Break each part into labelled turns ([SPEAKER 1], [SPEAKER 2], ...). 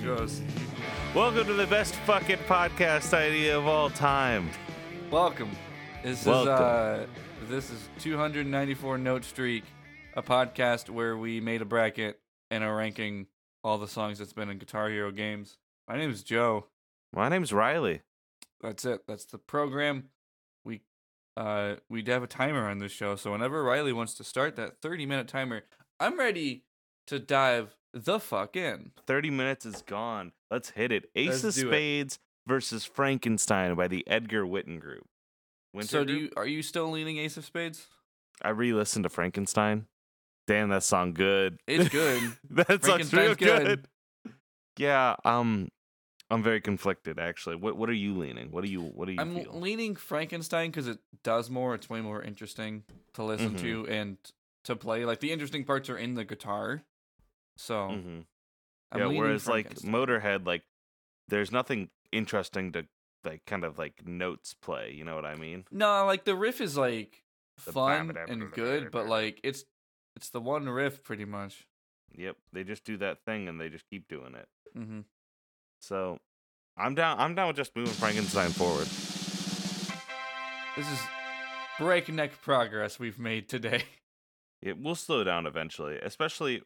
[SPEAKER 1] Gross. Welcome to the best fucking podcast idea of all time.
[SPEAKER 2] Welcome. This
[SPEAKER 1] Welcome.
[SPEAKER 2] is uh, this is 294 note streak, a podcast where we made a bracket and are ranking all the songs that's been in Guitar Hero games. My name is Joe.
[SPEAKER 1] My name's Riley.
[SPEAKER 2] That's it. That's the program. We uh we have a timer on this show, so whenever Riley wants to start that 30 minute timer, I'm ready to dive the fuck in.
[SPEAKER 1] 30 minutes is gone. Let's hit it. Ace
[SPEAKER 2] Let's
[SPEAKER 1] of
[SPEAKER 2] do it.
[SPEAKER 1] Spades versus Frankenstein by the Edgar Witten Group. Winter
[SPEAKER 2] so do
[SPEAKER 1] Group?
[SPEAKER 2] you are you still leaning Ace of Spades?
[SPEAKER 1] I re listened to Frankenstein. Damn, that song good.
[SPEAKER 2] It's good.
[SPEAKER 1] that song's real
[SPEAKER 2] Frankenstein's
[SPEAKER 1] good.
[SPEAKER 2] good.
[SPEAKER 1] Yeah, um, I'm very conflicted actually. What what are you leaning? What do you what do you
[SPEAKER 2] I'm
[SPEAKER 1] feel?
[SPEAKER 2] leaning Frankenstein because it does more. It's way more interesting to listen
[SPEAKER 1] Mhm.
[SPEAKER 2] to and to play. Like the interesting parts are in the guitar. So
[SPEAKER 1] Mhm.
[SPEAKER 2] I'm
[SPEAKER 1] yeah,
[SPEAKER 2] leaning
[SPEAKER 1] whereas like
[SPEAKER 2] Frankenstein.
[SPEAKER 1] Motorhead, like there's nothing interesting to like kind of like notes play. You know what I mean?
[SPEAKER 2] no, like the riff is like
[SPEAKER 1] The
[SPEAKER 2] fun
[SPEAKER 1] ba-ba-da-ba-da-ba-da-ba-da.
[SPEAKER 2] and good, but like it's it's the one riff pretty much.
[SPEAKER 1] Yep, they just do that thing and they just keep doing it.
[SPEAKER 2] hmm
[SPEAKER 1] So I'm down. I'm down with just moving Frankenstein forward.
[SPEAKER 2] This is breakneck progress we've made today.
[SPEAKER 1] It will slow down eventually, especially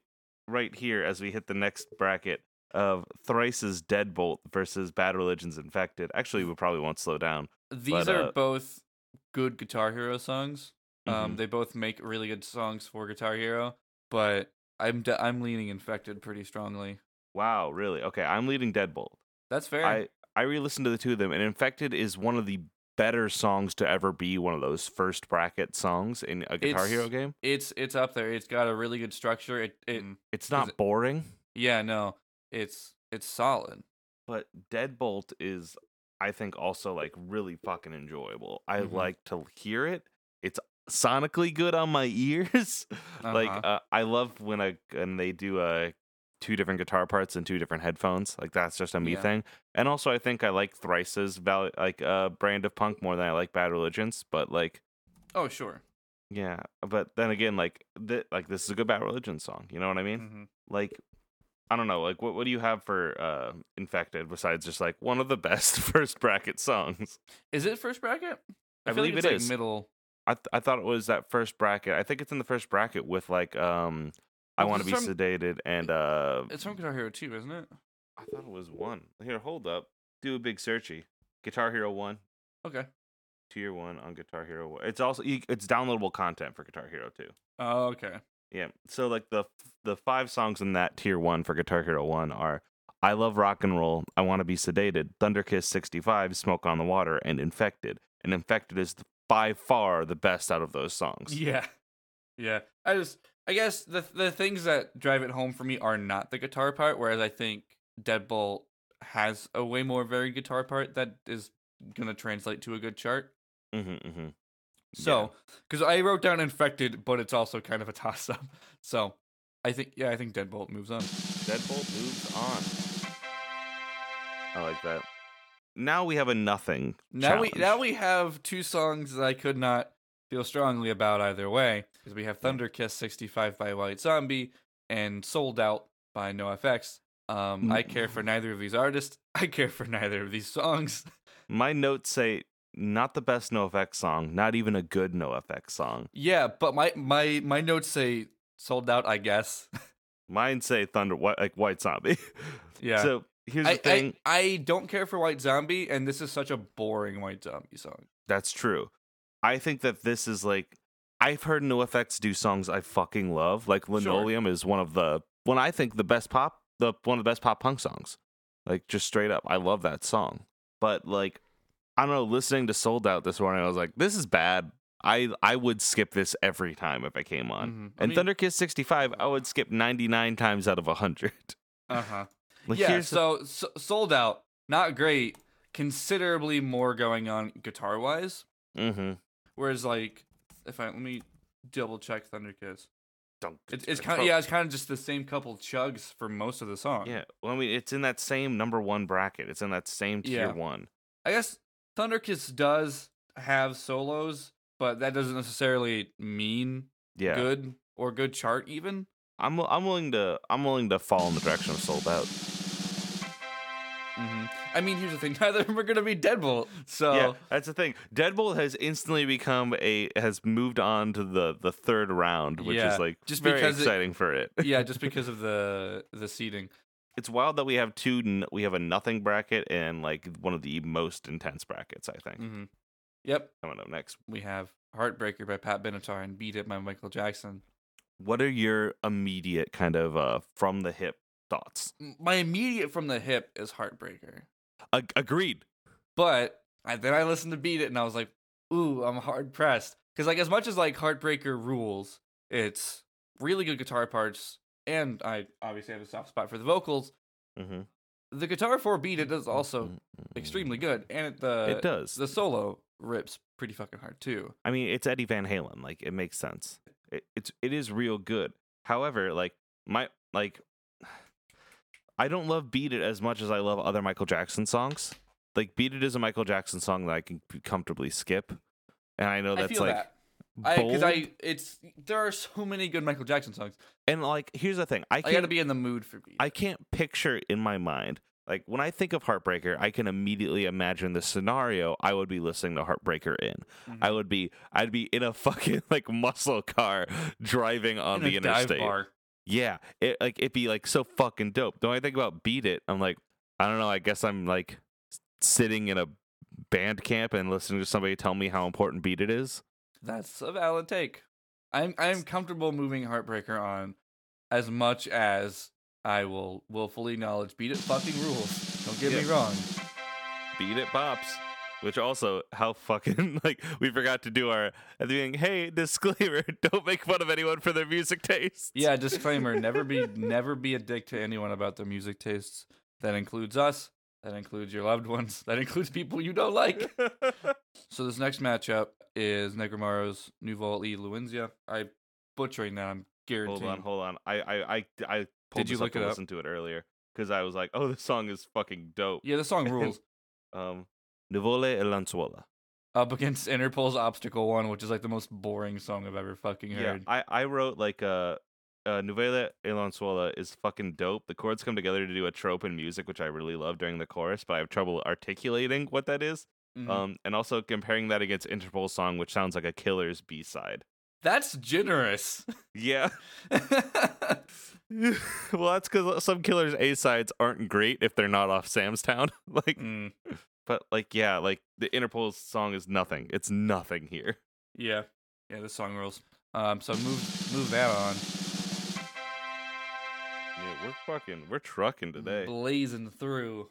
[SPEAKER 1] right here as we hit the next bracket of Thrice's Deadbolt versus Bad Religion's Infected. Actually, we probably won't slow down.
[SPEAKER 2] These
[SPEAKER 1] But,
[SPEAKER 2] are
[SPEAKER 1] uh,
[SPEAKER 2] both good Guitar Hero songs. Um,
[SPEAKER 1] Mhm.
[SPEAKER 2] they both make really good songs for Guitar Hero, but I'm de- I'm leaning Infected pretty strongly.
[SPEAKER 1] wow, really? Okay, I'm leading Deadbolt.
[SPEAKER 2] That's fair.
[SPEAKER 1] I I re-listened to the two of them, and Infected is one of the better songs to ever be one of those first bracket songs in a Guitar
[SPEAKER 2] It's-
[SPEAKER 1] Hero game.
[SPEAKER 2] it's it's up there. It's got a really good structure. It it
[SPEAKER 1] It's not
[SPEAKER 2] it-
[SPEAKER 1] boring,
[SPEAKER 2] yeah no, it's it's solid.
[SPEAKER 1] but Deadbolt is, I think, also like really fucking enjoyable. I
[SPEAKER 2] Mhm.
[SPEAKER 1] like to hear it. It's sonically good on my ears. like
[SPEAKER 2] Uh-huh.
[SPEAKER 1] uh, I love when I and they do uh two different guitar parts and two different headphones. Like that's just a me
[SPEAKER 2] Yeah.
[SPEAKER 1] thing. And also, I think I like Thrice's val- like uh brand of punk more than I like Bad Religions. But like
[SPEAKER 2] oh sure.
[SPEAKER 1] Yeah, but then again, like th- like this is a good bad religion song. You know what I mean?
[SPEAKER 2] Mhm.
[SPEAKER 1] Like, I don't know. Like, what what do you have for uh, infected besides just like one of the best first bracket songs?
[SPEAKER 2] Is it first bracket?
[SPEAKER 1] I
[SPEAKER 2] feel
[SPEAKER 1] believe
[SPEAKER 2] like
[SPEAKER 1] it
[SPEAKER 2] it's
[SPEAKER 1] is.
[SPEAKER 2] like middle.
[SPEAKER 1] I th- I thought it was that first bracket. I think it's in the first bracket with like um, I
[SPEAKER 2] Well,
[SPEAKER 1] want to be
[SPEAKER 2] this is from-
[SPEAKER 1] sedated and uh,
[SPEAKER 2] It's from Guitar Hero 2, isn't it?
[SPEAKER 1] I thought it was one. Here, hold up, do a big searchy. Guitar Hero one,
[SPEAKER 2] Okay.
[SPEAKER 1] tier one on Guitar Hero. One. It's also you- it's downloadable content for Guitar Hero too.
[SPEAKER 2] Oh okay.
[SPEAKER 1] Yeah. So like the the five songs in that tier one for Guitar Hero one are I Love Rock and Roll, I Want to Be Sedated, Thunderkiss 65, Smoke on the Water, and Infected. And Infected is by far the best out of those songs.
[SPEAKER 2] Yeah. Yeah. I just I guess the the things that drive it home for me are not the guitar part, whereas I think Deadbolt has a way more varied guitar part that is gonna translate to a good chart.
[SPEAKER 1] hmm hmm
[SPEAKER 2] So, because I wrote down infected, but it's also kind of a toss up. So, I think yeah, I think Deadbolt moves on.
[SPEAKER 1] Deadbolt moves on. I like that. Now we have a nothing.
[SPEAKER 2] Now we now
[SPEAKER 1] challenge.
[SPEAKER 2] we have two songs that I could not feel strongly about either way, because we have Thunder Kiss 65 by White Zombie and Sold Out by NoFX. Um, I care for neither of these artists. I care for neither of these songs.
[SPEAKER 1] my notes say not the best NoFX song, not even a good NoFX song.
[SPEAKER 2] Yeah, but my my my notes say Sold Out. I guess.
[SPEAKER 1] Mine say Thunder Whi- like White Zombie.
[SPEAKER 2] Yeah.
[SPEAKER 1] So here's
[SPEAKER 2] I,
[SPEAKER 1] the thing.
[SPEAKER 2] I, I don't care for White Zombie, and this is such a boring White Zombie song.
[SPEAKER 1] That's true. I think that this is like I've heard NoFX do songs I fucking love. Like Linoleum is one of the one I think the best pop the one of the best pop punk songs. Like just straight up, I love that song. But like I don't know, listening to Sold Out this morning, I was like, this is bad. I I would skip this every time if I came on.
[SPEAKER 2] Mhm. I
[SPEAKER 1] And
[SPEAKER 2] mean-
[SPEAKER 1] Thunder Kiss 65, I would skip 99 times out of 100.
[SPEAKER 2] Uh huh.
[SPEAKER 1] Like
[SPEAKER 2] yeah,
[SPEAKER 1] here's the-
[SPEAKER 2] so, so sold out, not great. Considerably more going on guitar wise.
[SPEAKER 1] Mhm.
[SPEAKER 2] Whereas like, if I let me double check Thunder Kiss,
[SPEAKER 1] Dunk,
[SPEAKER 2] it's, it's kind of yeah, it's kind of just the same couple chugs for most of the song.
[SPEAKER 1] Yeah. Well, I mean, it's in that same number 1 bracket. It's in that same tier
[SPEAKER 2] Yeah.
[SPEAKER 1] 1.
[SPEAKER 2] I guess Thunder Kiss does have solos, but that doesn't necessarily mean
[SPEAKER 1] Yeah.
[SPEAKER 2] good or good chart even.
[SPEAKER 1] I'm I'm willing to I'm willing to fall in the direction of sold out.
[SPEAKER 2] hmm I mean, here's the thing: neither of them are gonna be Deadbolt. So
[SPEAKER 1] Yeah, that's the thing. Deadbolt has instantly become a has moved on to the the third round, which
[SPEAKER 2] Yeah,
[SPEAKER 1] is like
[SPEAKER 2] just
[SPEAKER 1] very
[SPEAKER 2] because it-
[SPEAKER 1] exciting for it.
[SPEAKER 2] yeah, just because of the the seating.
[SPEAKER 1] It's wild that we have two. n- We have a nothing bracket and like one of the most intense brackets. I think
[SPEAKER 2] hmm Yep,
[SPEAKER 1] coming up next.
[SPEAKER 2] we have Heartbreaker by Pat Benatar and Beat It by Michael Jackson.
[SPEAKER 1] What are your immediate kind of uh from the hip thoughts?
[SPEAKER 2] M- My immediate from the hip is Heartbreaker,
[SPEAKER 1] Ag- agreed.
[SPEAKER 2] but I, then I listened to Beat It and I was like, ooh, I'm hard pressed because like as much as like Heartbreaker rules, it's really good guitar parts, and I obviously have a soft spot for the vocals.
[SPEAKER 1] Mm-hmm.
[SPEAKER 2] The guitar for Beat It is also extremely good, and the
[SPEAKER 1] It does.
[SPEAKER 2] the solo rips pretty fucking hard too.
[SPEAKER 1] I mean, it's Eddie Van Halen. Like, it makes sense. It, it's it is real good. However, like my like, I don't love "Beat It" as much as I love other Michael Jackson songs. Like, "Beat It" is a Michael Jackson song that I can comfortably skip, and I know
[SPEAKER 2] I
[SPEAKER 1] Oh, that's
[SPEAKER 2] feel
[SPEAKER 1] like
[SPEAKER 2] that because I,
[SPEAKER 1] bold.
[SPEAKER 2] it's there are so many good Michael Jackson songs.
[SPEAKER 1] and like here's the thing: I
[SPEAKER 2] I,
[SPEAKER 1] can't
[SPEAKER 2] gotta be in the mood for Beat.
[SPEAKER 1] I can't picture in my mind. Like when I think of Heartbreaker, I can immediately imagine the scenario I would be listening to Heartbreaker in. I would be I'd be in a fucking like muscle car driving on the interstate. Yeah, it like it'd be like so fucking dope. The only thing about Beat It, I'm like, I don't know. I guess I'm like s- sitting in a band camp and listening to somebody tell me how important Beat It is.
[SPEAKER 2] That's a valid take. I'm I'm comfortable moving Heartbreaker on as much as I will willfully acknowledge Beat It fucking rules. Don't get me
[SPEAKER 1] Yeah.
[SPEAKER 2] wrong.
[SPEAKER 1] Beat It pops. Which also, how fucking like we forgot to do our at the beginning. Hey, disclaimer: don't make fun of anyone for their music taste.
[SPEAKER 2] Yeah, disclaimer: never be never be a dick to anyone about their music tastes. That includes us. That includes your loved ones. That includes people you don't like. So this next matchup is Negromaro's Nouveau E Luenzia. I butchering that. I'm guaranteeing.
[SPEAKER 1] Hold on, hold on. I I I, I pulled
[SPEAKER 2] Did you
[SPEAKER 1] this
[SPEAKER 2] look
[SPEAKER 1] up to
[SPEAKER 2] it up?
[SPEAKER 1] listen to it earlier because I was like, oh, this song is fucking dope.
[SPEAKER 2] Yeah, the song rules.
[SPEAKER 1] Um, Nivole e Lanzuola.
[SPEAKER 2] Up against Interpol's Obstacle One, which is like the most boring song I've ever fucking
[SPEAKER 1] Yeah,
[SPEAKER 2] heard.
[SPEAKER 1] I I wrote like uh Uh, Nuvole e Lanzuola is fucking dope. The chords come together to do a trope in music, which I really love during the chorus, but I have trouble articulating what that is.
[SPEAKER 2] Mhm.
[SPEAKER 1] Um, and also comparing that against Interpol's song, which sounds like a killer's B side.
[SPEAKER 2] That's generous.
[SPEAKER 1] Yeah. well, that's because some killers' A sides aren't great if they're not off Sam's Town. like,
[SPEAKER 2] Mm,
[SPEAKER 1] But like, yeah, like the Interpol song is nothing. It's nothing here.
[SPEAKER 2] yeah, yeah, this song rules. Um, so move move that on.
[SPEAKER 1] Yeah, we're fucking, we're trucking today.
[SPEAKER 2] blazing through.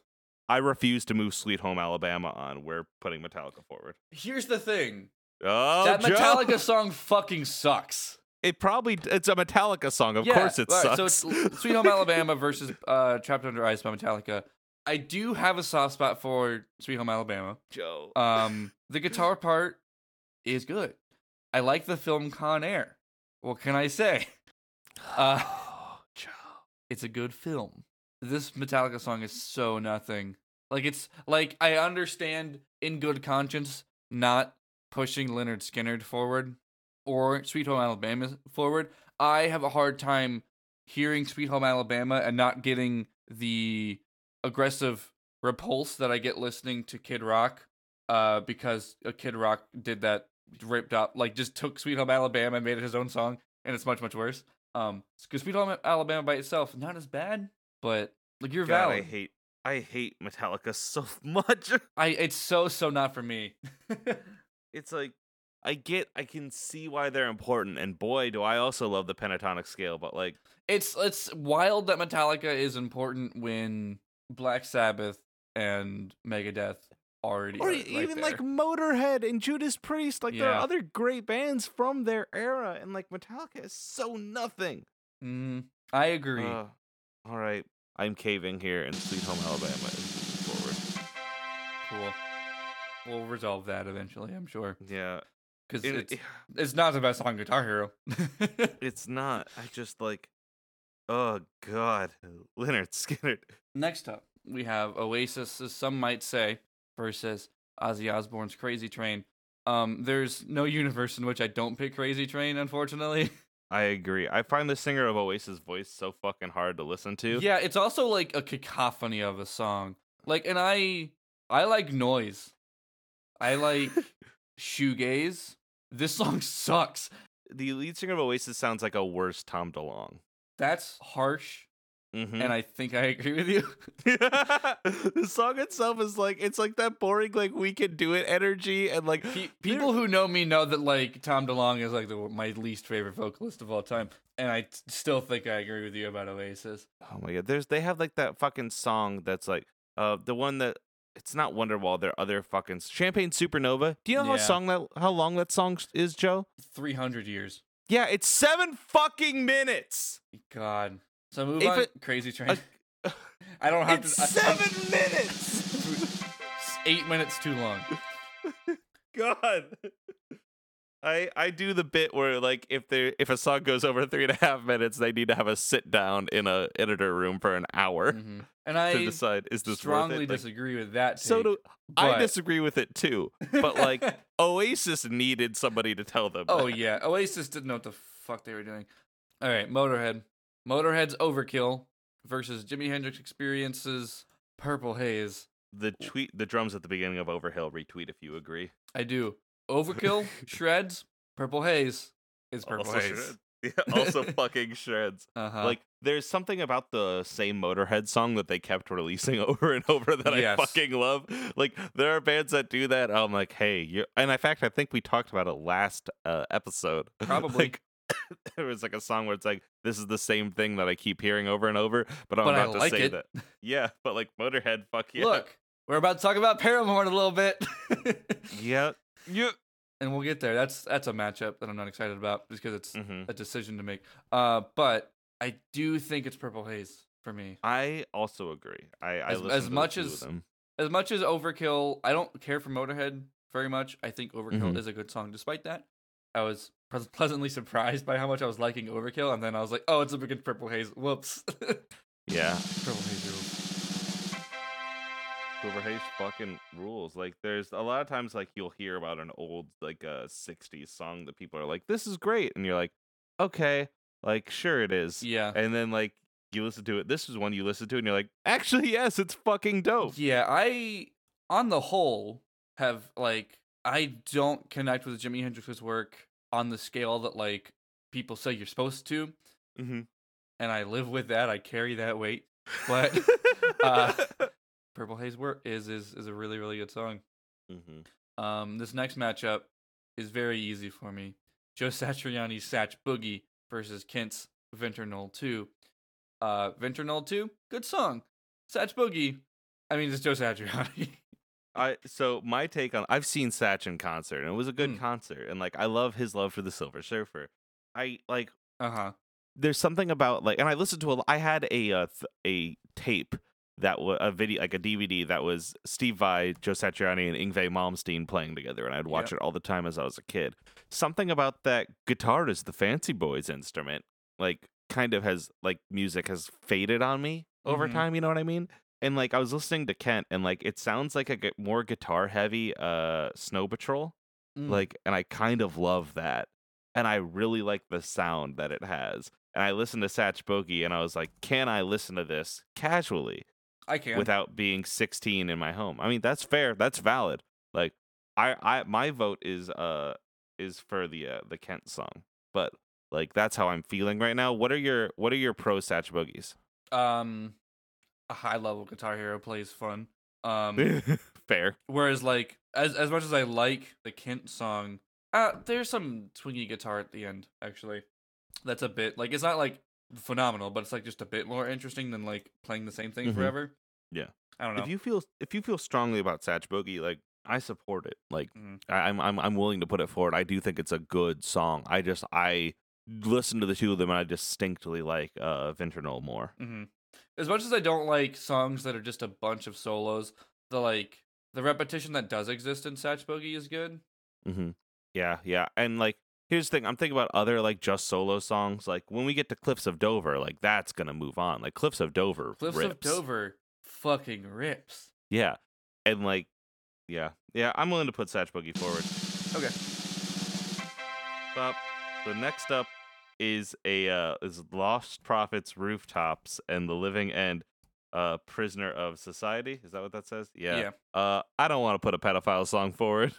[SPEAKER 1] I refuse to move Sweet Home Alabama on. We're putting Metallica forward.
[SPEAKER 2] Here's the thing:
[SPEAKER 1] Oh,
[SPEAKER 2] that
[SPEAKER 1] Joe!
[SPEAKER 2] Metallica song fucking sucks.
[SPEAKER 1] It probably it's a Metallica song. Of
[SPEAKER 2] Yeah,
[SPEAKER 1] course, it
[SPEAKER 2] right,
[SPEAKER 1] sucks.
[SPEAKER 2] So it's Sweet Home Alabama versus uh, Trapped Under Ice by Metallica. I do have a soft spot for Sweet Home Alabama.
[SPEAKER 1] Joe.
[SPEAKER 2] Um, the guitar part is good. I like the film Con Air. What can I say? Uh,
[SPEAKER 1] Joe.
[SPEAKER 2] it's a good film. This Metallica song is so nothing. Like it's like I understand in good conscience not pushing Leonard Skinner forward or Sweet Home Alabama forward. I have a hard time hearing Sweet Home Alabama and not getting the aggressive repulse that I get listening to Kid Rock uh because uh, Kid Rock did that ripped up like just took Sweet Home Alabama and made it his own song and it's much much worse. Um, because Sweet Home Alabama by itself, not as bad, but like you're
[SPEAKER 1] God, I
[SPEAKER 2] valid.
[SPEAKER 1] hate, I hate Metallica so much.
[SPEAKER 2] I it's so so not for me.
[SPEAKER 1] it's like I get, I can see why they're important, and boy, do I also love the pentatonic scale. But like,
[SPEAKER 2] it's it's wild that Metallica is important when Black Sabbath and Megadeth already
[SPEAKER 1] or
[SPEAKER 2] are
[SPEAKER 1] e-
[SPEAKER 2] right
[SPEAKER 1] even
[SPEAKER 2] there.
[SPEAKER 1] like Motorhead and Judas Priest. Like there
[SPEAKER 2] Yeah.
[SPEAKER 1] are other great bands from their era, and like Metallica is so nothing.
[SPEAKER 2] Mhm. I agree.
[SPEAKER 1] Ugh. all right, I'm caving here, and Sweet Home Alabama is moving forward.
[SPEAKER 2] cool. We'll resolve that eventually, I'm sure,
[SPEAKER 1] Yeah,
[SPEAKER 2] because
[SPEAKER 1] it-
[SPEAKER 2] it's
[SPEAKER 1] it-
[SPEAKER 2] it's not the best song, Guitar Hero.
[SPEAKER 1] it's not. I just like, oh god, Leonard Skinner.
[SPEAKER 2] Next up, we have Oasis, as some might say, versus Ozzy Osbourne's Crazy Train. Um, there's no universe in which I don't pick Crazy Train, unfortunately.
[SPEAKER 1] I agree. I find the singer of Oasis voice so fucking hard to listen to.
[SPEAKER 2] yeah, it's also like a cacophony of a song. Like, and I I like noise. I like shoegaze. This song sucks.
[SPEAKER 1] The lead singer of Oasis sounds like a worse Tom DeLong.
[SPEAKER 2] That's harsh,
[SPEAKER 1] Mm-hmm.
[SPEAKER 2] and I think I agree with you.
[SPEAKER 1] the song itself is like it's like that boring like we can do it energy and like
[SPEAKER 2] Pe- people who know me know that like Tom DeLonge is like the, my least favorite vocalist of all time, and I t- still think I agree with you about Oasis.
[SPEAKER 1] oh my god there's they have like that fucking song that's like uh the one that it's not Wonderwall their other fucking Champagne Supernova do you know how
[SPEAKER 2] Yeah.
[SPEAKER 1] song that how long that song is Joe
[SPEAKER 2] Three hundred years.
[SPEAKER 1] yeah it's seven fucking minutes
[SPEAKER 2] God. So move
[SPEAKER 1] If
[SPEAKER 2] on.
[SPEAKER 1] it-
[SPEAKER 2] Crazy Train.
[SPEAKER 1] uh,
[SPEAKER 2] I don't have
[SPEAKER 1] it's
[SPEAKER 2] to. I- I'm-
[SPEAKER 1] seven minutes
[SPEAKER 2] It's eight minutes too long.
[SPEAKER 1] God. I I do the bit where like if they if a song goes over three and a half minutes, they need to have a sit down in a editor room for an hour
[SPEAKER 2] Mhm. And
[SPEAKER 1] to
[SPEAKER 2] I
[SPEAKER 1] decide is this
[SPEAKER 2] strongly
[SPEAKER 1] worth it? Like,
[SPEAKER 2] disagree with that.
[SPEAKER 1] so
[SPEAKER 2] take,
[SPEAKER 1] do
[SPEAKER 2] but-
[SPEAKER 1] I disagree with it too. But like Oasis needed somebody to tell them.
[SPEAKER 2] oh
[SPEAKER 1] that.
[SPEAKER 2] yeah, Oasis didn't know what the fuck they were doing. All right, Motorhead. Motorhead's Overkill versus Jimi Hendrix Experience's Purple Haze.
[SPEAKER 1] the tweet the drums at the beginning of Overhill retweet if you agree.
[SPEAKER 2] I do. Overkill shreds. Purple Haze is Purple
[SPEAKER 1] also
[SPEAKER 2] Haze.
[SPEAKER 1] shreds. Yeah, also fucking shreds.
[SPEAKER 2] Uh-huh.
[SPEAKER 1] Like there's something about the same Motorhead song that they kept releasing over and over that
[SPEAKER 2] Yes.
[SPEAKER 1] I fucking love. Like there are bands that do that. I'm like, hey, you. And in fact, I think we talked about it last uh, episode.
[SPEAKER 2] Probably.
[SPEAKER 1] Like, there was like a song where it's like, this is the same thing that I keep hearing over and over, but I'm
[SPEAKER 2] But I
[SPEAKER 1] about to
[SPEAKER 2] like
[SPEAKER 1] say
[SPEAKER 2] it.
[SPEAKER 1] that. Yeah, but like Motorhead, fuck yeah.
[SPEAKER 2] Look, we're about to talk about Paramore in a little bit.
[SPEAKER 1] Yeah. Yeah.
[SPEAKER 2] and we'll get there. That's that's a matchup that I'm not excited about just because it's
[SPEAKER 1] hmm
[SPEAKER 2] a decision to make. Uh, but I do think it's Purple Haze for me.
[SPEAKER 1] I also agree. I, I
[SPEAKER 2] As-
[SPEAKER 1] listen
[SPEAKER 2] as
[SPEAKER 1] to the
[SPEAKER 2] much
[SPEAKER 1] two of
[SPEAKER 2] as-
[SPEAKER 1] them.
[SPEAKER 2] As much as Overkill, I don't care for Motorhead very much. I think Overkill
[SPEAKER 1] Mhm.
[SPEAKER 2] is a good song. Despite that, I was pres- pleasantly surprised by how much I was liking Overkill, and then I was like, oh, it's a big Purple Haze. Whoops.
[SPEAKER 1] Yeah.
[SPEAKER 2] Purple Haze rules.
[SPEAKER 1] Cooper Hayes fucking rules. Like there's a lot of times like you'll hear about an old like uh, 60s song that people are like, This is great and you're like, Okay, like sure it is.
[SPEAKER 2] Yeah.
[SPEAKER 1] And then like you listen to it. This is one you listen to and you're like, actually yes, it's fucking dope.
[SPEAKER 2] Yeah, I on the whole have like I don't connect with Jimi Hendrix's work on the scale that like people say you're supposed to,
[SPEAKER 1] Mm-hmm.
[SPEAKER 2] and I live with that. I carry that weight. But uh, Purple Haze work is is is a really really good song.
[SPEAKER 1] Mm-hmm.
[SPEAKER 2] Um, this next matchup is very easy for me. Joe Satriani's Satch Boogie versus Kent's Venturnal 2. Uh, Venturnal 2, good song. Satch Boogie, I mean, it's Joe Satriani.
[SPEAKER 1] I so my take on I've seen Satch in concert and it was a good
[SPEAKER 2] Mm.
[SPEAKER 1] concert and like I love his love for the Silver Surfer. I like
[SPEAKER 2] uh huh.
[SPEAKER 1] there's something about like and i listened to a i had a uh, th- a tape that was a video like a dvd that was steve vai joe satriani and ingve malmsteen playing together and i'd watch it all the time as i was a kid something about that guitar is the fancy boys instrument like kind of has like music has faded on me over
[SPEAKER 2] Mhm.
[SPEAKER 1] time you know what i mean and like i was listening to kent and like it sounds like a gu- more guitar heavy uh snow patrol like and i kind of love that and i really like the sound that it has and i listened to satch Bogey and i was like can i listen to this casually
[SPEAKER 2] I can.
[SPEAKER 1] without being 16 in my home i mean that's fair that's valid like i i my vote is uh is for the uh, the kent song but like that's how i'm feeling right now what are your what are your pro satch Bogeys?
[SPEAKER 2] um, a high level guitar hero plays fun. Um,
[SPEAKER 1] fair
[SPEAKER 2] whereas like as as much as I like the Kent song, uh, there's some swingy guitar at the end actually. That's a bit like it's not like phenomenal, but it's like just a bit more interesting than like playing the same thing
[SPEAKER 1] Mhm.
[SPEAKER 2] forever.
[SPEAKER 1] Yeah.
[SPEAKER 2] I don't know.
[SPEAKER 1] if you feel if you feel strongly about Satch Boogie, like I support it. Like
[SPEAKER 2] Mhm.
[SPEAKER 1] I, I'm I'm I'm willing to put it forward. I do think it's a good song. I just I listen to the two of them and I distinctly like uh Venturnal more.
[SPEAKER 2] hmm As much as I don't like songs that are just a bunch of solos, the like the repetition that does exist in Satch Boogie is good.
[SPEAKER 1] Mm-hmm. Yeah, yeah. And like here's the thing, I'm thinking about other like just solo songs. Like when we get to Cliffs of Dover, like that's gonna move on. Like Cliffs of Dover.
[SPEAKER 2] Cliffs of
[SPEAKER 1] rips.
[SPEAKER 2] Dover fucking rips.
[SPEAKER 1] Yeah. And like yeah. Yeah, I'm willing to put Satch Boogie forward.
[SPEAKER 2] Okay.
[SPEAKER 1] up. So next up is a uh, is Lost Prophets Rooftops and the Living End. uh, Prisoner of Society. Is that what that says? Yeah.
[SPEAKER 2] Yeah.
[SPEAKER 1] Uh, I don't want to put a pedophile song forward.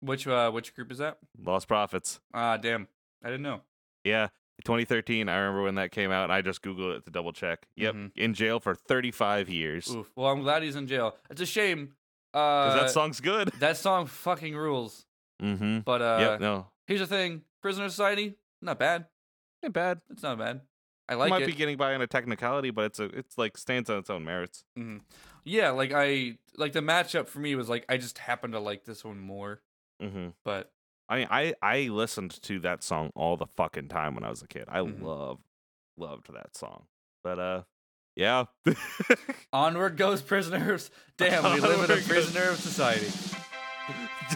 [SPEAKER 2] Which uh, which group is that?
[SPEAKER 1] Lost Prophets.
[SPEAKER 2] Ah, damn, I didn't know.
[SPEAKER 1] Yeah. 2013. I remember when that came out, and I just Googled it to double check. Yep.
[SPEAKER 2] Mhm.
[SPEAKER 1] In jail for 35 years.
[SPEAKER 2] Oof. Well, I'm glad he's in jail. It's a shame.
[SPEAKER 1] Because
[SPEAKER 2] Uh,
[SPEAKER 1] that song's good.
[SPEAKER 2] that song fucking rules.
[SPEAKER 1] Mm hmm.
[SPEAKER 2] But uh,
[SPEAKER 1] yep. No.
[SPEAKER 2] here's the thing: Prisoner Society, not bad.
[SPEAKER 1] Ain't bad.
[SPEAKER 2] It's not bad. I like
[SPEAKER 1] Might
[SPEAKER 2] it.
[SPEAKER 1] be getting by on a technicality, but it's a it's like stands on its own merits.
[SPEAKER 2] Mhm. Yeah, like I like the matchup for me was like I just happened to like this one more,
[SPEAKER 1] Mm-hmm.
[SPEAKER 2] but
[SPEAKER 1] I mean, I I listened to that song all the fucking time when I was a kid. I
[SPEAKER 2] Mhm.
[SPEAKER 1] love loved that song. But uh, yeah.
[SPEAKER 2] onward goes prisoners. Damn, we live in
[SPEAKER 1] Onward
[SPEAKER 2] a
[SPEAKER 1] goes-
[SPEAKER 2] prisoner of society.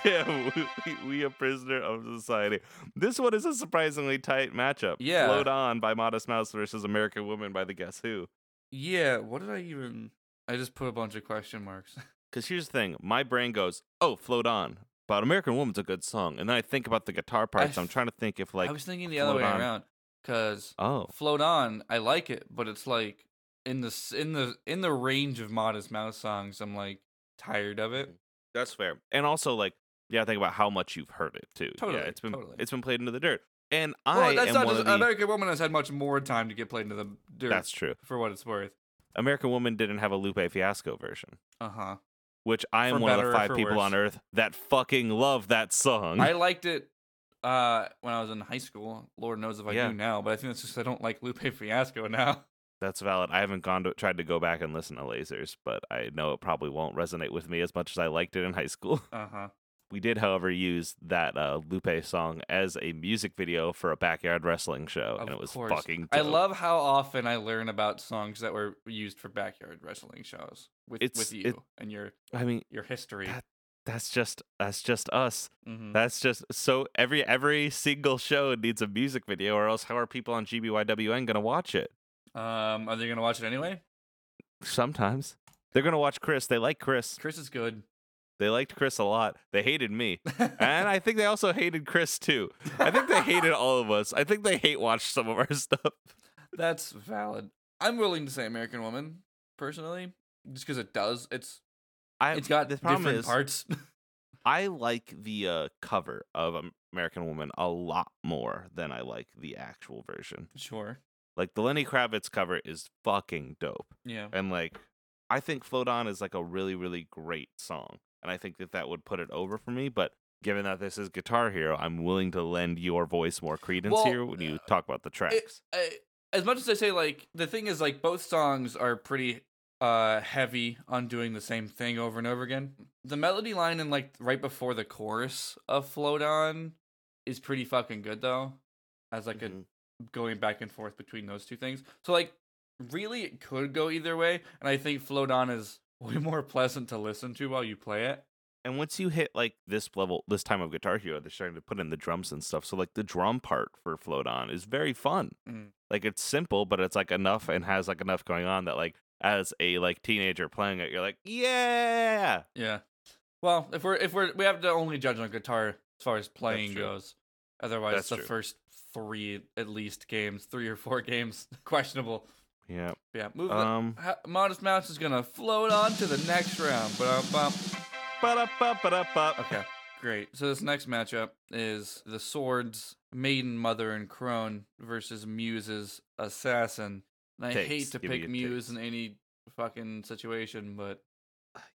[SPEAKER 1] Damn, we, we a prisoner of society. This one is a surprisingly tight matchup.
[SPEAKER 2] Yeah.
[SPEAKER 1] Float on by Modest Mouse versus American Woman by the Guess Who.
[SPEAKER 2] Yeah, what did I even? I just put a bunch of question marks.
[SPEAKER 1] Because here's the thing, my brain goes, oh, float on. But American Woman's a good song, and then I think about the guitar parts. I'm
[SPEAKER 2] f-
[SPEAKER 1] trying to think if like,
[SPEAKER 2] I was thinking the other
[SPEAKER 1] float
[SPEAKER 2] way
[SPEAKER 1] on.
[SPEAKER 2] around because
[SPEAKER 1] oh,
[SPEAKER 2] float on. I like it, but it's like in the s- in the in the range of Modest Mouse songs. I'm like tired of it.
[SPEAKER 1] That's fair. And also, like, yeah, think about how much you've heard it too.
[SPEAKER 2] Totally,
[SPEAKER 1] yeah, it's been
[SPEAKER 2] totally.
[SPEAKER 1] it's been played into the dirt. And I
[SPEAKER 2] Well, that's
[SPEAKER 1] am
[SPEAKER 2] not
[SPEAKER 1] one
[SPEAKER 2] just,
[SPEAKER 1] of the.
[SPEAKER 2] American Woman has had much more time to get played into the dirt
[SPEAKER 1] That's true.
[SPEAKER 2] for what it's worth.
[SPEAKER 1] American Woman didn't have a Lupe Fiasco version,
[SPEAKER 2] Uh huh.
[SPEAKER 1] which I am
[SPEAKER 2] For
[SPEAKER 1] one of
[SPEAKER 2] better
[SPEAKER 1] the
[SPEAKER 2] or
[SPEAKER 1] five
[SPEAKER 2] for
[SPEAKER 1] people
[SPEAKER 2] worse.
[SPEAKER 1] on Earth that fucking love that song.
[SPEAKER 2] I liked it uh, when I was in high school. Lord knows if I
[SPEAKER 1] Yeah.
[SPEAKER 2] do now, but I think that's just I don't like Lupe Fiasco now.
[SPEAKER 1] That's valid. I haven't gone to tried to go back and listen to Lasers, but I know it probably won't resonate with me as much as I liked it in high school.
[SPEAKER 2] Uh huh.
[SPEAKER 1] We did, however, use that uh, Lupe song as a music video for a backyard wrestling show,
[SPEAKER 2] Of
[SPEAKER 1] and it was
[SPEAKER 2] course.
[SPEAKER 1] fucking.
[SPEAKER 2] I
[SPEAKER 1] dope.
[SPEAKER 2] love how often I learn about songs that were used for backyard wrestling shows with
[SPEAKER 1] It's-
[SPEAKER 2] with you
[SPEAKER 1] it-
[SPEAKER 2] and your
[SPEAKER 1] I mean,
[SPEAKER 2] your history.
[SPEAKER 1] That- that's just that's just us.
[SPEAKER 2] Mhm.
[SPEAKER 1] That's just so every every single show needs a music video, or else how are people on GBYWN gonna watch it?
[SPEAKER 2] Um, are they gonna watch it anyway?
[SPEAKER 1] Sometimes they're gonna watch Chris. They like Chris.
[SPEAKER 2] Chris is good.
[SPEAKER 1] They liked Chris a lot. They hated me, and I think they also hated Chris too. I think they hated all of us. I think they hate watched some of our stuff.
[SPEAKER 2] That's valid. I'm willing to say American Woman personally, just because it does. It's
[SPEAKER 1] I,
[SPEAKER 2] it's got
[SPEAKER 1] the problem
[SPEAKER 2] different
[SPEAKER 1] is
[SPEAKER 2] parts.
[SPEAKER 1] I like the uh, cover of Am- American Woman a lot more than I like the actual version.
[SPEAKER 2] sure.
[SPEAKER 1] Like the Lenny Kravitz cover is fucking dope.
[SPEAKER 2] Yeah.
[SPEAKER 1] and like i think float on is like a really really great song and i think that that would put it over for me but given that this is guitar hero i'm willing to lend your voice more credence
[SPEAKER 2] Well,
[SPEAKER 1] here when you talk about the tracks
[SPEAKER 2] I, uh, as much as I say like the thing is like both songs are pretty uh heavy on doing the same thing over and over again. The melody line in like right before the chorus of Float On is pretty fucking good though. As like
[SPEAKER 1] Mhm.
[SPEAKER 2] a going back and forth between those two things. So like really it could go either way and I think Float On is way more pleasant to listen to while you play it.
[SPEAKER 1] and once you hit like this level this time of guitar hero they're starting to put in the drums and stuff so like the drum part for float on is very fun
[SPEAKER 2] Mm.
[SPEAKER 1] like it's simple but it's like enough and has like enough going on that like as a like teenager playing it you're like yeah
[SPEAKER 2] Yeah. Well, if we're if we're we have to only judge on guitar as far as playing
[SPEAKER 1] true.
[SPEAKER 2] goes. Otherwise,
[SPEAKER 1] That's
[SPEAKER 2] the
[SPEAKER 1] true.
[SPEAKER 2] first three at least games, three or four games, questionable.
[SPEAKER 1] yeah
[SPEAKER 2] Yeah, move. on.
[SPEAKER 1] um
[SPEAKER 2] Modest Mouse is gonna float on to the next round. Ba-dum-bum.
[SPEAKER 1] ba-da-ba-ba-da-ba.
[SPEAKER 2] Okay, great. So this next matchup is the Swords Maiden, Mother, and Crone versus Muse's Assassin. And I
[SPEAKER 1] Takes.
[SPEAKER 2] hate to
[SPEAKER 1] Give me
[SPEAKER 2] pick
[SPEAKER 1] a
[SPEAKER 2] Muse in any fucking situation, but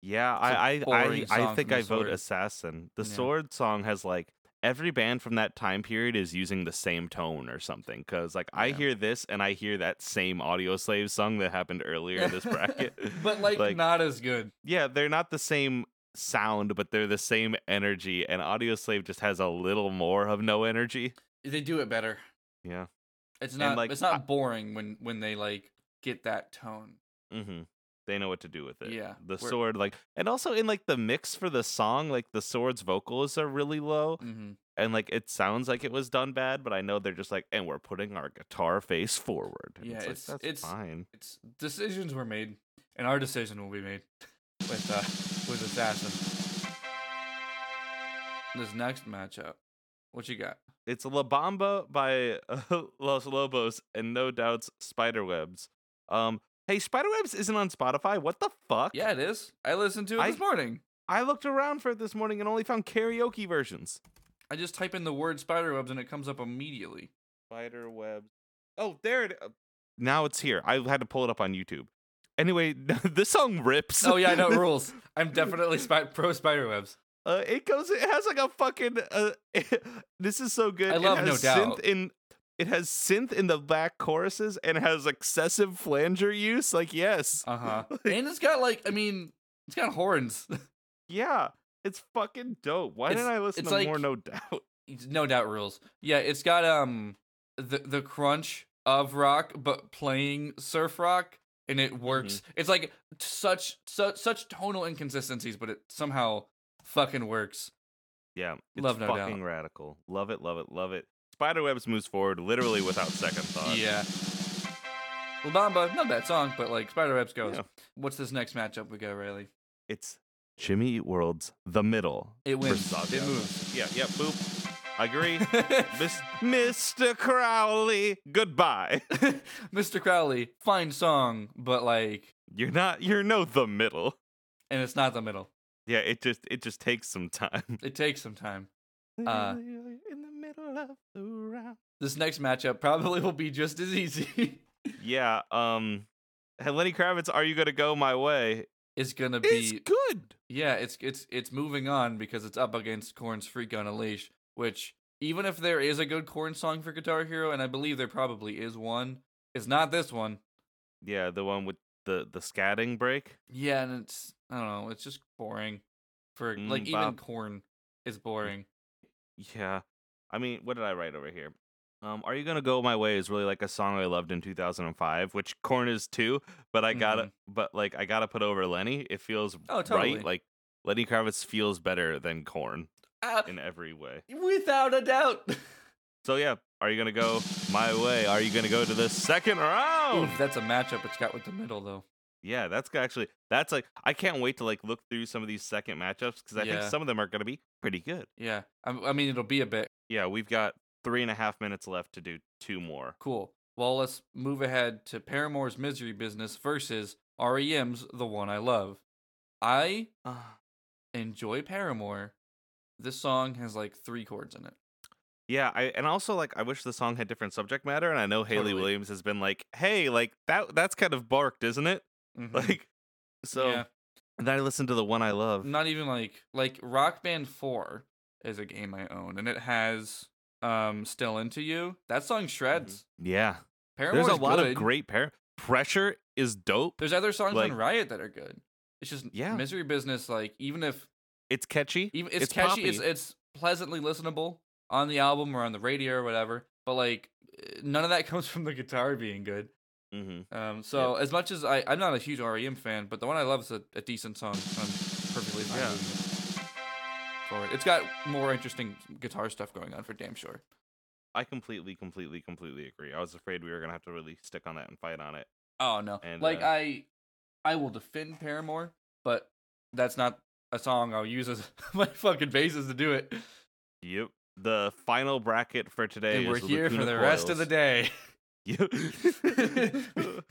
[SPEAKER 1] Yeah,
[SPEAKER 2] a
[SPEAKER 1] I I
[SPEAKER 2] boring
[SPEAKER 1] I, I
[SPEAKER 2] song
[SPEAKER 1] think
[SPEAKER 2] from
[SPEAKER 1] I
[SPEAKER 2] the
[SPEAKER 1] vote
[SPEAKER 2] Sword.
[SPEAKER 1] Assassin. The
[SPEAKER 2] Yeah.
[SPEAKER 1] Sword song has like every band from that time period is using the same tone or something cuz like I
[SPEAKER 2] Yeah.
[SPEAKER 1] hear this and I hear that same Audio Slave song that happened earlier in this bracket.
[SPEAKER 2] but like, not as good.
[SPEAKER 1] yeah, they're not the same sound but they're the same energy and Audio Slave just has a little more of no energy.
[SPEAKER 2] They do it better.
[SPEAKER 1] Yeah.
[SPEAKER 2] It's
[SPEAKER 1] And,
[SPEAKER 2] not
[SPEAKER 1] like,
[SPEAKER 2] it's not
[SPEAKER 1] I-
[SPEAKER 2] boring when when they like get that tone.
[SPEAKER 1] Mhm. They know what to do with it.
[SPEAKER 2] Yeah,
[SPEAKER 1] The
[SPEAKER 2] we're-
[SPEAKER 1] sword like and also in like the mix for the song like the sword's vocals are really low.
[SPEAKER 2] Mm-hmm.
[SPEAKER 1] and like it sounds like it was done bad, but I know they're just like, and we're putting our guitar face forward. And
[SPEAKER 2] Yeah,
[SPEAKER 1] like,
[SPEAKER 2] it's-
[SPEAKER 1] that's
[SPEAKER 2] it's-
[SPEAKER 1] fine.
[SPEAKER 2] It's decisions were made, and our decision will be made with uh, with assassin. This next matchup, what you got?
[SPEAKER 1] It's La Bamba by uh, Los Lobos and no doubts Spiderwebs. Um, Hey, Spiderwebs isn't on Spotify. What the fuck?
[SPEAKER 2] Yeah, it is. I listened to it
[SPEAKER 1] I-
[SPEAKER 2] this morning.
[SPEAKER 1] I looked around for it this morning and only found karaoke versions.
[SPEAKER 2] I just type in the word spiderwebs and it comes up immediately.
[SPEAKER 1] Spiderwebs. Oh, there it. Now it's here. I had to pull it up on YouTube. Anyway, this song rips.
[SPEAKER 2] Oh yeah, I know it rules. I'm definitely spy- pro spiderwebs.
[SPEAKER 1] Uh, it goes. It has like a fucking. Uh, this is so good.
[SPEAKER 2] I love
[SPEAKER 1] it
[SPEAKER 2] No
[SPEAKER 1] has
[SPEAKER 2] Doubt.
[SPEAKER 1] Synth in it has synth in the back choruses and it has excessive flanger use. Like yes,
[SPEAKER 2] Uh huh. and it's got like, I mean, it's got horns.
[SPEAKER 1] yeah, it's fucking dope. Why
[SPEAKER 2] It's-
[SPEAKER 1] didn't I listen
[SPEAKER 2] it's
[SPEAKER 1] to
[SPEAKER 2] like-
[SPEAKER 1] more? No doubt.
[SPEAKER 2] It's no doubt rules. Yeah, it's got um the the crunch of rock, but playing surf rock, and it works.
[SPEAKER 1] Mm-hmm.
[SPEAKER 2] It's like such such such tonal inconsistencies, but it somehow fucking works.
[SPEAKER 1] Yeah, it's
[SPEAKER 2] Love No Doubt.
[SPEAKER 1] fucking radical. Love it, love it, love it. Spiderwebs moves forward literally without second thought.
[SPEAKER 2] Yeah. La Bamba, not a bad song, but like Spiderwebs goes.
[SPEAKER 1] Yeah.
[SPEAKER 2] What's this next matchup we got, Riley?
[SPEAKER 1] It's Jimmy Eat World's The Middle.
[SPEAKER 2] It wins.
[SPEAKER 1] versus
[SPEAKER 2] It
[SPEAKER 1] Ozzy.
[SPEAKER 2] moves.
[SPEAKER 1] Yeah, yeah, boop. I agree. Mis- Mr. Crowley, goodbye.
[SPEAKER 2] Mr. Crowley, fine song, but like,
[SPEAKER 1] You're not you're no the middle.
[SPEAKER 2] and it's not the middle.
[SPEAKER 1] Yeah, it just it just takes some time.
[SPEAKER 2] It takes some time. Uh,
[SPEAKER 1] in the middle of the round.
[SPEAKER 2] This next matchup probably will be just as easy.
[SPEAKER 1] Yeah, um hey, Lenny Kravitz, are you gonna go my way?
[SPEAKER 2] it's gonna be
[SPEAKER 1] It's good.
[SPEAKER 2] yeah. It's it's it's moving on because it's up against Korn's Freak on a Leash, which even if there is a good Korn song for Guitar Hero, and I believe there probably is one, it's not this one.
[SPEAKER 1] Yeah, the one with the the scatting break.
[SPEAKER 2] Yeah, and it's I don't know. It's just boring. For
[SPEAKER 1] Mm,
[SPEAKER 2] like even
[SPEAKER 1] bop.
[SPEAKER 2] Korn is boring.
[SPEAKER 1] Yeah. I mean, what did I write over here? Um, Are You Gonna Go My Way is really like a song I loved in 2005, which Corn is too, but I gotta,
[SPEAKER 2] Mhm.
[SPEAKER 1] but like, I gotta put over Lenny. It feels
[SPEAKER 2] Oh, totally.
[SPEAKER 1] right. Like, Lenny Kravitz feels better than Corn
[SPEAKER 2] Uh,
[SPEAKER 1] in every way.
[SPEAKER 2] without a doubt.
[SPEAKER 1] So, yeah, Are You Gonna Go My Way? Are You Gonna Go to the second round?
[SPEAKER 2] Oof, that's a matchup it's got with the middle though.
[SPEAKER 1] Yeah, that's g- actually, that's like, I can't wait to like look through some of these second matchups because I
[SPEAKER 2] Yeah.
[SPEAKER 1] think some of them are gonna be pretty good.
[SPEAKER 2] Yeah, I, I mean it'll be a bit
[SPEAKER 1] Yeah, we've got three and a half minutes left to do two more.
[SPEAKER 2] cool. Well, let's move ahead to Paramore's Misery Business versus REM's The One I Love. I
[SPEAKER 1] Ah.
[SPEAKER 2] enjoy Paramore. This song has like three chords in it.
[SPEAKER 1] Yeah, I and also like I wish the song had different subject matter, and I know Haley
[SPEAKER 2] Totally.
[SPEAKER 1] Williams has been like, "Hey, like that that's kind of barked, isn't it?"
[SPEAKER 2] Mhm.
[SPEAKER 1] Like, so
[SPEAKER 2] Yeah.
[SPEAKER 1] and then I listened to the one I love.
[SPEAKER 2] not even like like Rock Band 4 is a game I own and it has um Still Into You. That song shreds.
[SPEAKER 1] Yeah,
[SPEAKER 2] Paramore's
[SPEAKER 1] Mm-hmm. there's a lot
[SPEAKER 2] good.
[SPEAKER 1] of great pair. Pressure is dope.
[SPEAKER 2] There's other songs
[SPEAKER 1] like-
[SPEAKER 2] on Riot that are good. It's just
[SPEAKER 1] Yeah.
[SPEAKER 2] Misery Business like even if
[SPEAKER 1] It's catchy.
[SPEAKER 2] even it's,
[SPEAKER 1] It's
[SPEAKER 2] catchy,
[SPEAKER 1] poppy.
[SPEAKER 2] it's it's pleasantly listenable on the album or on the radio or whatever, but like none of that comes from the guitar being good.
[SPEAKER 1] Mm-hmm.
[SPEAKER 2] Um so as much as I I'm not a huge REM fan, but the one I love is a, a decent song. I'm perfectly fine
[SPEAKER 1] Yeah.
[SPEAKER 2] moving it forward. It's got more interesting guitar stuff going on for damn sure.
[SPEAKER 1] I completely, completely, completely agree. I was afraid we were gonna have to really stick on that and fight on it.
[SPEAKER 2] Oh no!
[SPEAKER 1] And,
[SPEAKER 2] like
[SPEAKER 1] uh,
[SPEAKER 2] I, I will defend Paramore, but that's not a song I'll use as my fucking basis to do it.
[SPEAKER 1] Yep. The final bracket for today
[SPEAKER 2] and we're
[SPEAKER 1] is
[SPEAKER 2] here for
[SPEAKER 1] Lacuna
[SPEAKER 2] the rest of the
[SPEAKER 1] Coils.
[SPEAKER 2] day.
[SPEAKER 1] Yep.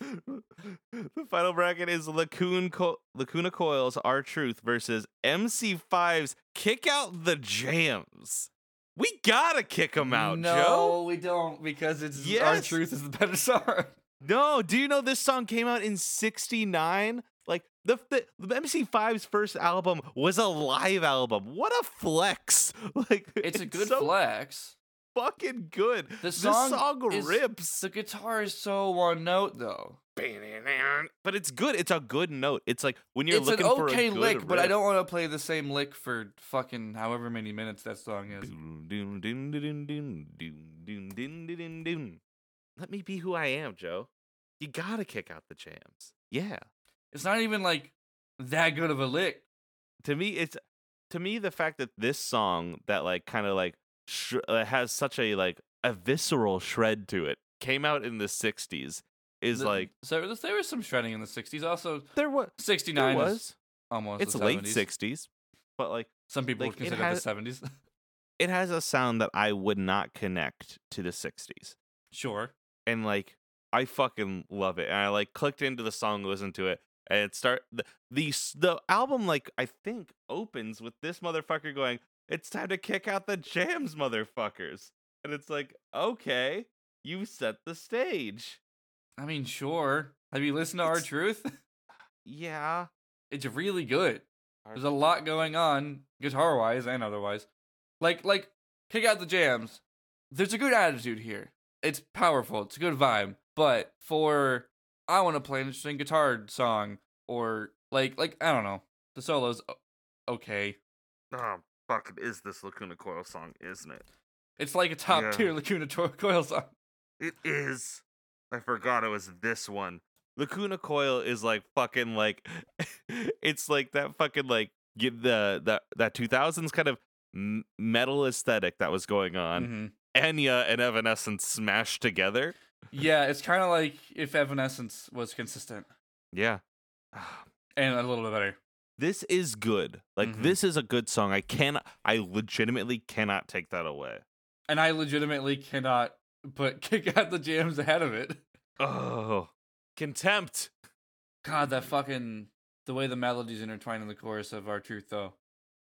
[SPEAKER 1] the final bracket is Lacoon Co- Lacuna Coils Our Truth versus MC5's Kick Out the Jams. We gotta kick them out,
[SPEAKER 2] no,
[SPEAKER 1] Joe.
[SPEAKER 2] we don't, because it's our
[SPEAKER 1] Yes.
[SPEAKER 2] truth is the better song.
[SPEAKER 1] No, do you know this song came out in '69? Like the, the, the MC5's first album was a live album. What a flex! Like
[SPEAKER 2] It's a good
[SPEAKER 1] so
[SPEAKER 2] flex.
[SPEAKER 1] fucking good.
[SPEAKER 2] The
[SPEAKER 1] This
[SPEAKER 2] song is-
[SPEAKER 1] rips.
[SPEAKER 2] The guitar is so one note though.
[SPEAKER 1] But it's good. It's a good note. It's like when you're
[SPEAKER 2] it's an
[SPEAKER 1] looking for
[SPEAKER 2] okay
[SPEAKER 1] a good
[SPEAKER 2] lick, but I
[SPEAKER 1] riff.
[SPEAKER 2] don't want to play the same lick for fucking however many minutes that song is.
[SPEAKER 1] Doom, doom, doom, doom, doom, doom, doom, doom, doom, doom, doom. Let me be who I am, Joe. You gotta kick out the jams. Yeah.
[SPEAKER 2] It's not even like that good of a lick.
[SPEAKER 1] To me, it's to me the fact that this song that like kind of like sh- uh, has such a like a visceral shred to it came out in the '60s is
[SPEAKER 2] The-
[SPEAKER 1] like
[SPEAKER 2] so there was some shredding in the 60s also
[SPEAKER 1] there was
[SPEAKER 2] 69
[SPEAKER 1] there
[SPEAKER 2] is
[SPEAKER 1] was
[SPEAKER 2] almost
[SPEAKER 1] it's
[SPEAKER 2] the
[SPEAKER 1] late
[SPEAKER 2] 70s.
[SPEAKER 1] '60s, but like
[SPEAKER 2] some people
[SPEAKER 1] like,
[SPEAKER 2] would
[SPEAKER 1] it
[SPEAKER 2] consider
[SPEAKER 1] had-
[SPEAKER 2] the 70s
[SPEAKER 1] it has a sound that I would not connect to the '60s.
[SPEAKER 2] sure
[SPEAKER 1] and like I fucking love it. And I like clicked into the song, listened to it, and it start the the, s- the album like I think opens with this motherfucker going, "It's time to kick out the jams, motherfuckers," and it's like, okay, you set the stage.
[SPEAKER 2] I mean, sure. Have you listened to Our
[SPEAKER 1] It's-
[SPEAKER 2] Truth?
[SPEAKER 1] Yeah,
[SPEAKER 2] It's really good.
[SPEAKER 1] Our-
[SPEAKER 2] There's a lot going on, guitar wise and otherwise. Like like kick out the jams. There's a good attitude here. It's powerful. It's a good vibe. But for I want to play an interesting guitar song or like like I don't know. The solo's o- okay.
[SPEAKER 1] Oh, fuck! It is this Lacuna Coil song, isn't it?
[SPEAKER 2] It's like a top
[SPEAKER 1] Yeah.
[SPEAKER 2] tier Lacuna Tor- Coil song.
[SPEAKER 1] It is. I forgot it was this one. Lacuna Coil is like fucking like it's like that fucking like give the that that 2000s kind of m- metal aesthetic that was going on.
[SPEAKER 2] Mhm.
[SPEAKER 1] Enya and Evanescence smashed together.
[SPEAKER 2] Yeah, it's kind of like if Evanescence was consistent
[SPEAKER 1] Yeah.
[SPEAKER 2] and a little bit better.
[SPEAKER 1] Ah, This is good. Like
[SPEAKER 2] Mhm.
[SPEAKER 1] this is a good song. I cannot I legitimately cannot take that away.
[SPEAKER 2] And I legitimately cannot put kick out the jams ahead of it.
[SPEAKER 1] Oh. Contempt.
[SPEAKER 2] God, that fucking the way the melodies intertwine in the chorus of our truth though.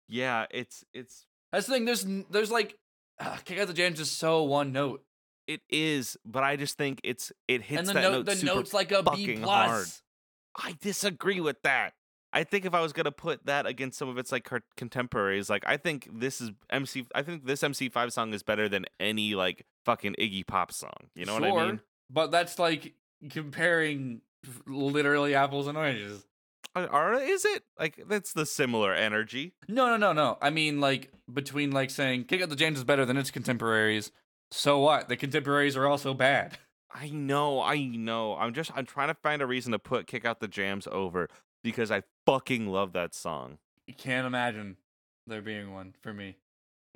[SPEAKER 1] Yeah, it's it's
[SPEAKER 2] That's the thing. There's n- there's like uh, kick out the jams just so one note,
[SPEAKER 1] it is, but I just think it's it hits
[SPEAKER 2] and the
[SPEAKER 1] that
[SPEAKER 2] note the
[SPEAKER 1] super
[SPEAKER 2] note's like a B
[SPEAKER 1] fucking hard.
[SPEAKER 2] plus.
[SPEAKER 1] I disagree with that. I think if I was gonna put that against some of its like her contemporaries, like I think this is MC. I think this MC5 song is better than any like fucking Iggy Pop song. You know what I
[SPEAKER 2] Sure,
[SPEAKER 1] mean?
[SPEAKER 2] But that's like comparing f- literally apples and oranges.
[SPEAKER 1] Uh, Are is it like that's the similar energy?
[SPEAKER 2] No, no, no, no. I mean, like between like saying kick out the jams is better than its contemporaries. So what? The contemporaries are also bad.
[SPEAKER 1] I know, I know. I'm just I'm trying to find a reason to put "Kick Out the Jams" over because I fucking love that song.
[SPEAKER 2] You can't imagine there being one for me.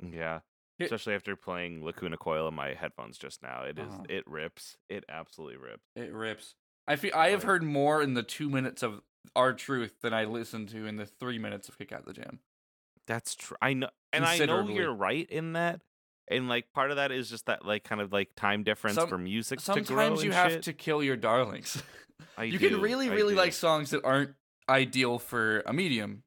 [SPEAKER 1] Yeah,
[SPEAKER 2] Here-
[SPEAKER 1] especially after playing Lacuna Coil in my headphones just now. It is-
[SPEAKER 2] Uh-huh.
[SPEAKER 1] it rips. It absolutely rips.
[SPEAKER 2] It rips. I feel I have
[SPEAKER 1] Right.
[SPEAKER 2] heard more in the two minutes of our truth than I listened to in the three minutes of kick out the jam.
[SPEAKER 1] That's true. I know, and I know
[SPEAKER 2] Considerably.
[SPEAKER 1] you're right in that. And like part of that is just that like kind of like time difference
[SPEAKER 2] Some-
[SPEAKER 1] for music. to grow
[SPEAKER 2] Sometimes you
[SPEAKER 1] and
[SPEAKER 2] have
[SPEAKER 1] shit.
[SPEAKER 2] to kill your darlings.
[SPEAKER 1] I
[SPEAKER 2] you
[SPEAKER 1] do,
[SPEAKER 2] can really,
[SPEAKER 1] I
[SPEAKER 2] really
[SPEAKER 1] do.
[SPEAKER 2] like songs that aren't ideal for a medium.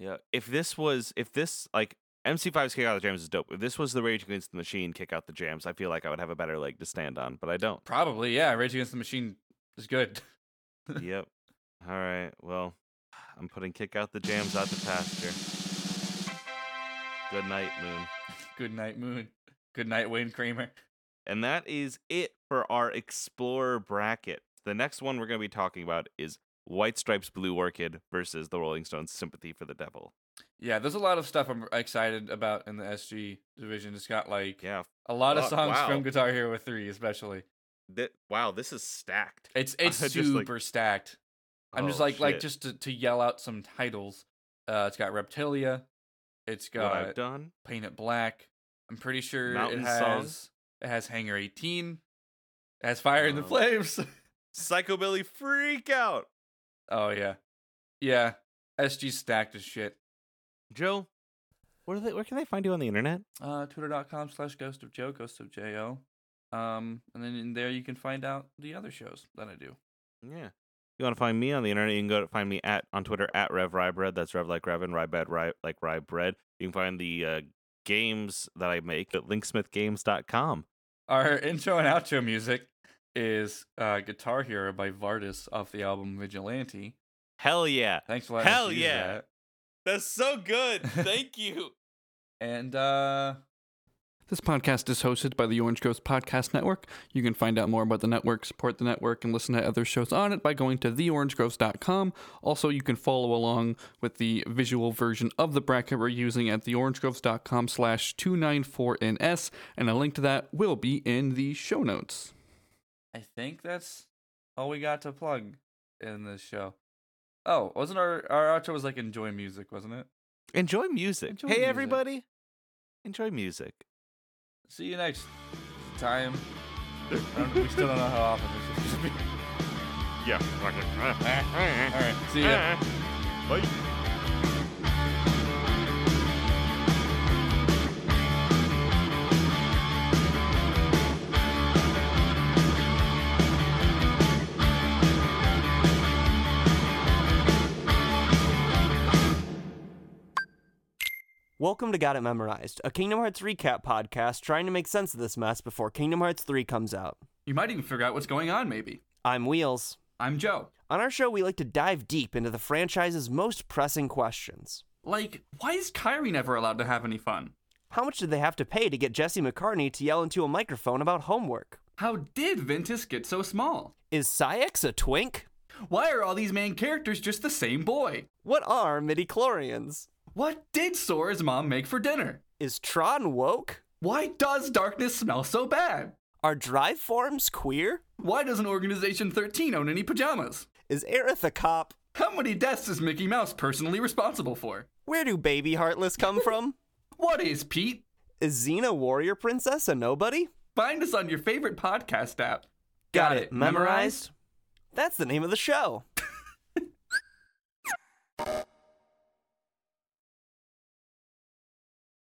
[SPEAKER 1] Yeah. If this was, if this like MC5's Kick Out the Jams is dope. If this was the Rage Against the Machine Kick Out the Jams, I feel like I would have a better leg to stand on, but I don't.
[SPEAKER 2] Probably, yeah. Rage Against the Machine is good.
[SPEAKER 1] yep. All right. Well, I'm putting Kick Out the Jams out to pasture. Good night, Moon.
[SPEAKER 2] Good night, Moon. Good night, Wayne Kramer.
[SPEAKER 1] And that is it for our Explorer bracket. The next one we're going to be talking about is White Stripes Blue Orchid versus the Rolling Stones Sympathy for the Devil.
[SPEAKER 2] Yeah, there's a lot of stuff I'm excited about in the SG division. It's got like
[SPEAKER 1] Yeah.
[SPEAKER 2] a lot of
[SPEAKER 1] Fuck,
[SPEAKER 2] songs
[SPEAKER 1] wow.
[SPEAKER 2] from Guitar Hero 3, especially.
[SPEAKER 1] Th- wow, this is stacked.
[SPEAKER 2] It's it's
[SPEAKER 1] Just, like-
[SPEAKER 2] super stacked. I'm just
[SPEAKER 1] Oh,
[SPEAKER 2] like like
[SPEAKER 1] shit.
[SPEAKER 2] just to, to yell out some titles. Uh, it's got Reptilia. It's
[SPEAKER 1] what I've
[SPEAKER 2] got
[SPEAKER 1] done.
[SPEAKER 2] Paint It Black. I'm pretty sure
[SPEAKER 1] Mountain
[SPEAKER 2] it has
[SPEAKER 1] Song.
[SPEAKER 2] it has Hangar 18. It has Fire in the
[SPEAKER 1] Oh.
[SPEAKER 2] Flames.
[SPEAKER 1] Psychobilly freak out.
[SPEAKER 2] oh yeah, yeah. SG stacked as shit.
[SPEAKER 1] Joe, where, they, where can they find you on the internet?
[SPEAKER 2] Uh, Twitter.com slash Ghost of Joe, Ghost of J O. Um, and then in there you can find out the other shows that I do.
[SPEAKER 1] Yeah. You want to find me on the internet? You can go to find me at on Twitter at Rev Rye Bread. That's Rev like Revan, Rye Bread, Rye like Rye Bread. You can find the uh, games that I make at linksmithgames.com.
[SPEAKER 2] Our intro and outro music is uh, Guitar Hero by Vardis off the album Vigilante.
[SPEAKER 1] Hell yeah.
[SPEAKER 2] Thanks for letting us
[SPEAKER 1] Hell
[SPEAKER 2] use
[SPEAKER 1] yeah.
[SPEAKER 2] that.
[SPEAKER 1] That's so good. Thank you.
[SPEAKER 2] And uh this podcast is hosted by the Orange Coast Podcast Network. You can find out more about the network, support the network, and listen to other shows on it by going to theorangegroves.com. Also, you can follow along with the visual version of the bracket we're using at theorangegroves.com slash 294NS, and a link to that will be in the show notes. I think that's all we got to plug in this show. Oh, wasn't our, our outro was like enjoy music, wasn't it?
[SPEAKER 1] Enjoy music.
[SPEAKER 2] Enjoy
[SPEAKER 1] hey,
[SPEAKER 2] music.
[SPEAKER 1] everybody. Enjoy music.
[SPEAKER 2] See you next time. I don't- we still don't know how often this is going to be.
[SPEAKER 1] Yeah.
[SPEAKER 2] All right, see ya.
[SPEAKER 1] Bye.
[SPEAKER 3] Welcome to Got It Memorized, a Kingdom Hearts recap podcast trying to make sense of this mess before Kingdom Hearts 3 comes out.
[SPEAKER 4] You might even figure out what's going on, maybe.
[SPEAKER 3] I'm Wheels.
[SPEAKER 4] I'm Joe.
[SPEAKER 3] On our show, we like to dive deep into the franchise's most pressing questions.
[SPEAKER 4] Like, why is Kyrie never allowed to have any fun?
[SPEAKER 3] How much did they have to pay to get Jesse McCartney to yell into a microphone about homework?
[SPEAKER 4] How did Ventus get so small?
[SPEAKER 3] Is Cyx a twink?
[SPEAKER 4] Why are all these main characters just the same boy?
[SPEAKER 3] What are midichlorians?
[SPEAKER 4] What did Sora's mom make for dinner?
[SPEAKER 3] Is Tron woke?
[SPEAKER 4] Why does darkness smell so bad?
[SPEAKER 3] Are drive forms queer?
[SPEAKER 4] Why doesn't Organization 13 own any pajamas?
[SPEAKER 3] Is Aerith a cop?
[SPEAKER 4] How many deaths is Mickey Mouse personally responsible for?
[SPEAKER 3] Where do baby Heartless come from?
[SPEAKER 4] What is Pete?
[SPEAKER 3] Is Xena Warrior Princess a nobody?
[SPEAKER 4] Find us on your favorite podcast app.
[SPEAKER 3] Got it memorized? That's the name of the show.